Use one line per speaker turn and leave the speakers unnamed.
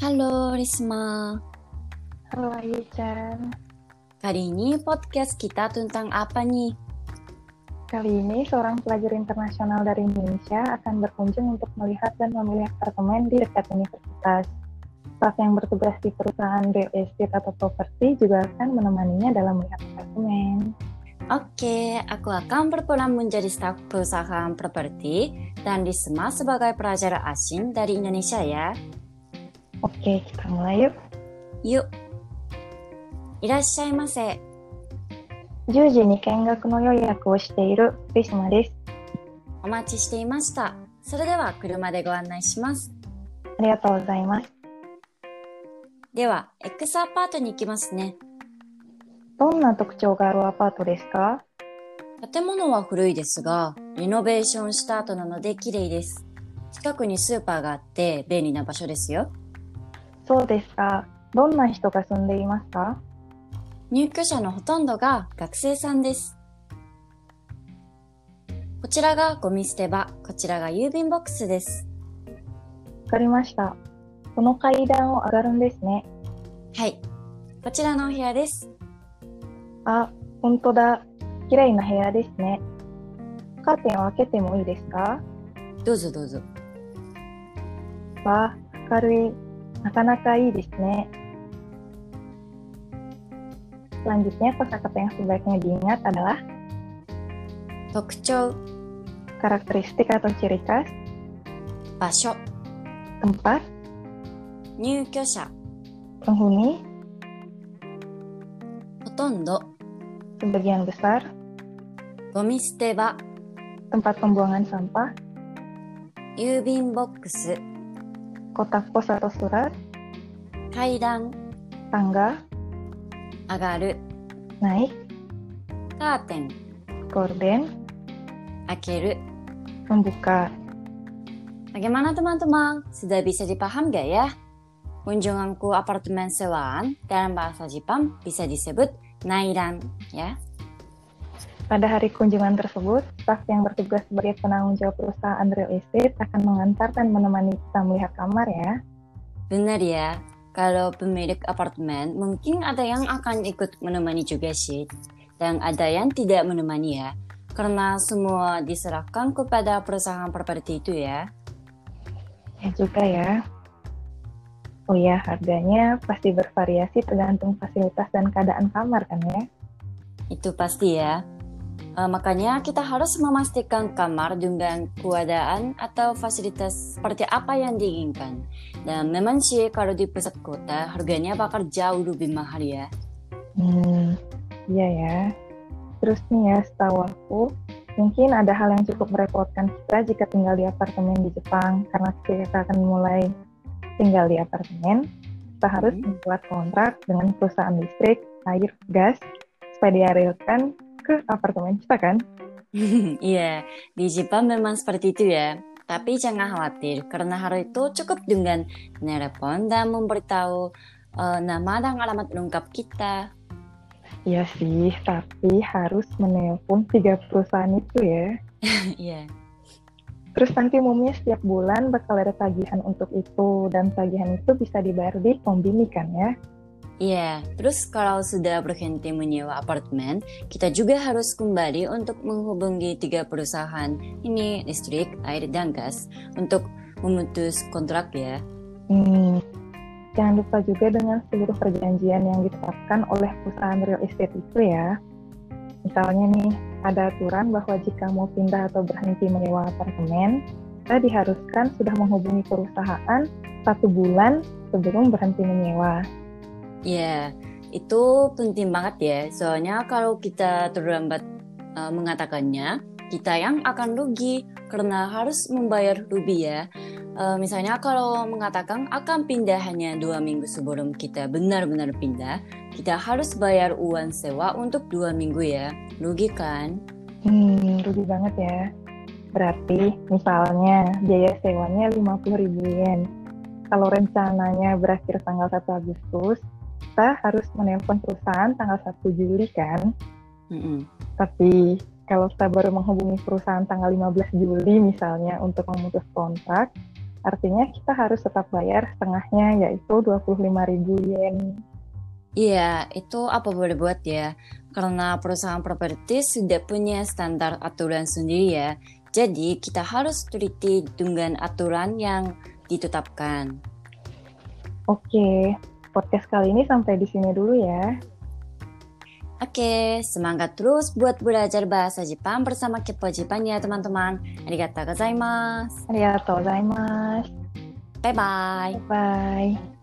Halo Risma,
Halo Ayu Chan,
kali ini podcast kita tentang apa nih?
kali ini seorang pelajar internasional dari Indonesia akan berkunjung untuk melihat dan memilih apartemen di dekat universitas. Staf yang bertugas di perusahaan real estate atau properti juga akan menemaninya dalam melihat apartemen.
Oke, aku akan berperan menjadi staf perusahaan properti dan Risma sebagai pelajar asing dari Indonesia ya.
Oke, kita mulai yuk.
Yuk! いらっしゃいませ。
10時に見学の予約をしているリスマです。
お待ちしていました。それでは車でご案内します。
ありがとうございます。
では、X アパートに行きますね。
どんな特徴があるアパートですか
建物は古いですが、リノベーションした後なので綺麗です。近くにスーパーがあって便利な場所ですよ。
そうですか。どんな人が住んでいますか
入居者のほとんどが学生さんです。こちらがゴミ捨て場、こちらが郵便ボックスです。
わかりました。この階段を上がるんですね。
はい。こちらのお部屋です。
あ、本当だ。綺麗な部屋ですね。カーテンを開けてもいいですか
どうぞどうぞ。
わあ、明るい。なかなかいいですね。Selanjutnya kosakata yang sebaiknya diingat adalah
特徴、
karakteristik atau ciri khas,
場所、
tempat,
入居者、
penghuni,
ほとんど、
sebagian besar,
ゴミ捨て場、
tempat pembuangan sampah,
郵便ボックス、
kotak pos atau surat,
階段、
tangga,
上がる、
naik,
カーテン、
gorden,
開ける。
membuka.
Bagaimana teman-teman? Sudah bisa dipaham gak ya? Kunjunganku apartemen sewaan dalam bahasa Jepang bisa disebut nairan, ya.
Pada hari kunjungan tersebut, staf yang bertugas sebagai penanggung jawab perusahaan real estate akan mengantar dan menemani kita melihat kamar ya.
Benar ya, kalau pemilik apartemen mungkin ada yang akan ikut menemani juga sih. Dan ada yang tidak menemani ya, karena semua diserahkan kepada perusahaan properti itu ya.
Ya juga ya. Oh ya, harganya pasti bervariasi tergantung fasilitas dan keadaan kamar kan ya.
Itu pasti ya. Eh, makanya kita harus memastikan kamar dengan keadaan atau fasilitas seperti apa yang diinginkan. Dan memang sih kalau di pusat kota harganya bakal jauh lebih mahal ya.
Hmm, iya ya. Terus nih ya, setahu aku, mungkin ada hal yang cukup merepotkan kita jika tinggal di apartemen di Jepang, karena ketika kita akan mulai tinggal di apartemen, kita harus
Hmm.
membuat kontrak dengan perusahaan listrik, air, gas, supaya diarirkan ke apartemen kita kan.
Iya, di Jepang memang seperti itu ya. Tapi jangan khawatir, karena hal itu cukup dengan telepon dan memberitahu eh, nama dan alamat lengkap kita.
Iya sih, tapi harus menelpon tiga perusahaan itu ya.
Iya,
Terus nanti umumnya setiap bulan bakal ada tagihan untuk itu, dan tagihan itu bisa dibayar di kombini kan ya.
iya. Terus kalau sudah berhenti menyewa apartemen, kita juga harus kembali untuk menghubungi tiga perusahaan ini listrik, air, dan gas untuk memutus kontrak ya.
Hmm. Jangan lupa juga dengan seluruh perjanjian yang ditetapkan oleh perusahaan real estate itu ya. Misalnya nih, ada aturan bahwa jika mau pindah atau berhenti menyewa apartemen, kita diharuskan sudah menghubungi perusahaan satu bulan sebelum berhenti menyewa.
Ya, itu penting banget ya. Soalnya kalau kita terlambat eh, mengatakannya, kita yang akan rugi karena harus membayar rugi ya. Eh, misalnya kalau mengatakan akan pindah hanya dua minggu sebelum kita benar-benar pindah, kita harus bayar uang sewa untuk dua minggu ya. Rugi kan?
Hmm, rugi banget ya. Berarti misalnya biaya sewanya 50.000 yen. Kalau rencananya berakhir tanggal 1 Agustus, kita harus menelpon perusahaan tanggal 1 Juli kan.
Mm-mm.
Tapi kalau kita baru menghubungi perusahaan tanggal 15 Juli misalnya untuk memutus kontrak, Artinya kita harus tetap bayar setengahnya yaitu 25.000 yen.
Iya, itu apa boleh buat ya. Karena perusahaan properti sudah punya standar aturan sendiri ya. Jadi kita harus teliti dengan aturan yang ditetapkan.
Oke, podcast kali ini sampai di sini dulu ya.
Oke, semangat terus buat belajar bahasa Jepang bersama Kepo Jepang ya teman-teman. Arigatou gozaimasu.
Arigatou gozaimasu.
Bye-bye.
Bye.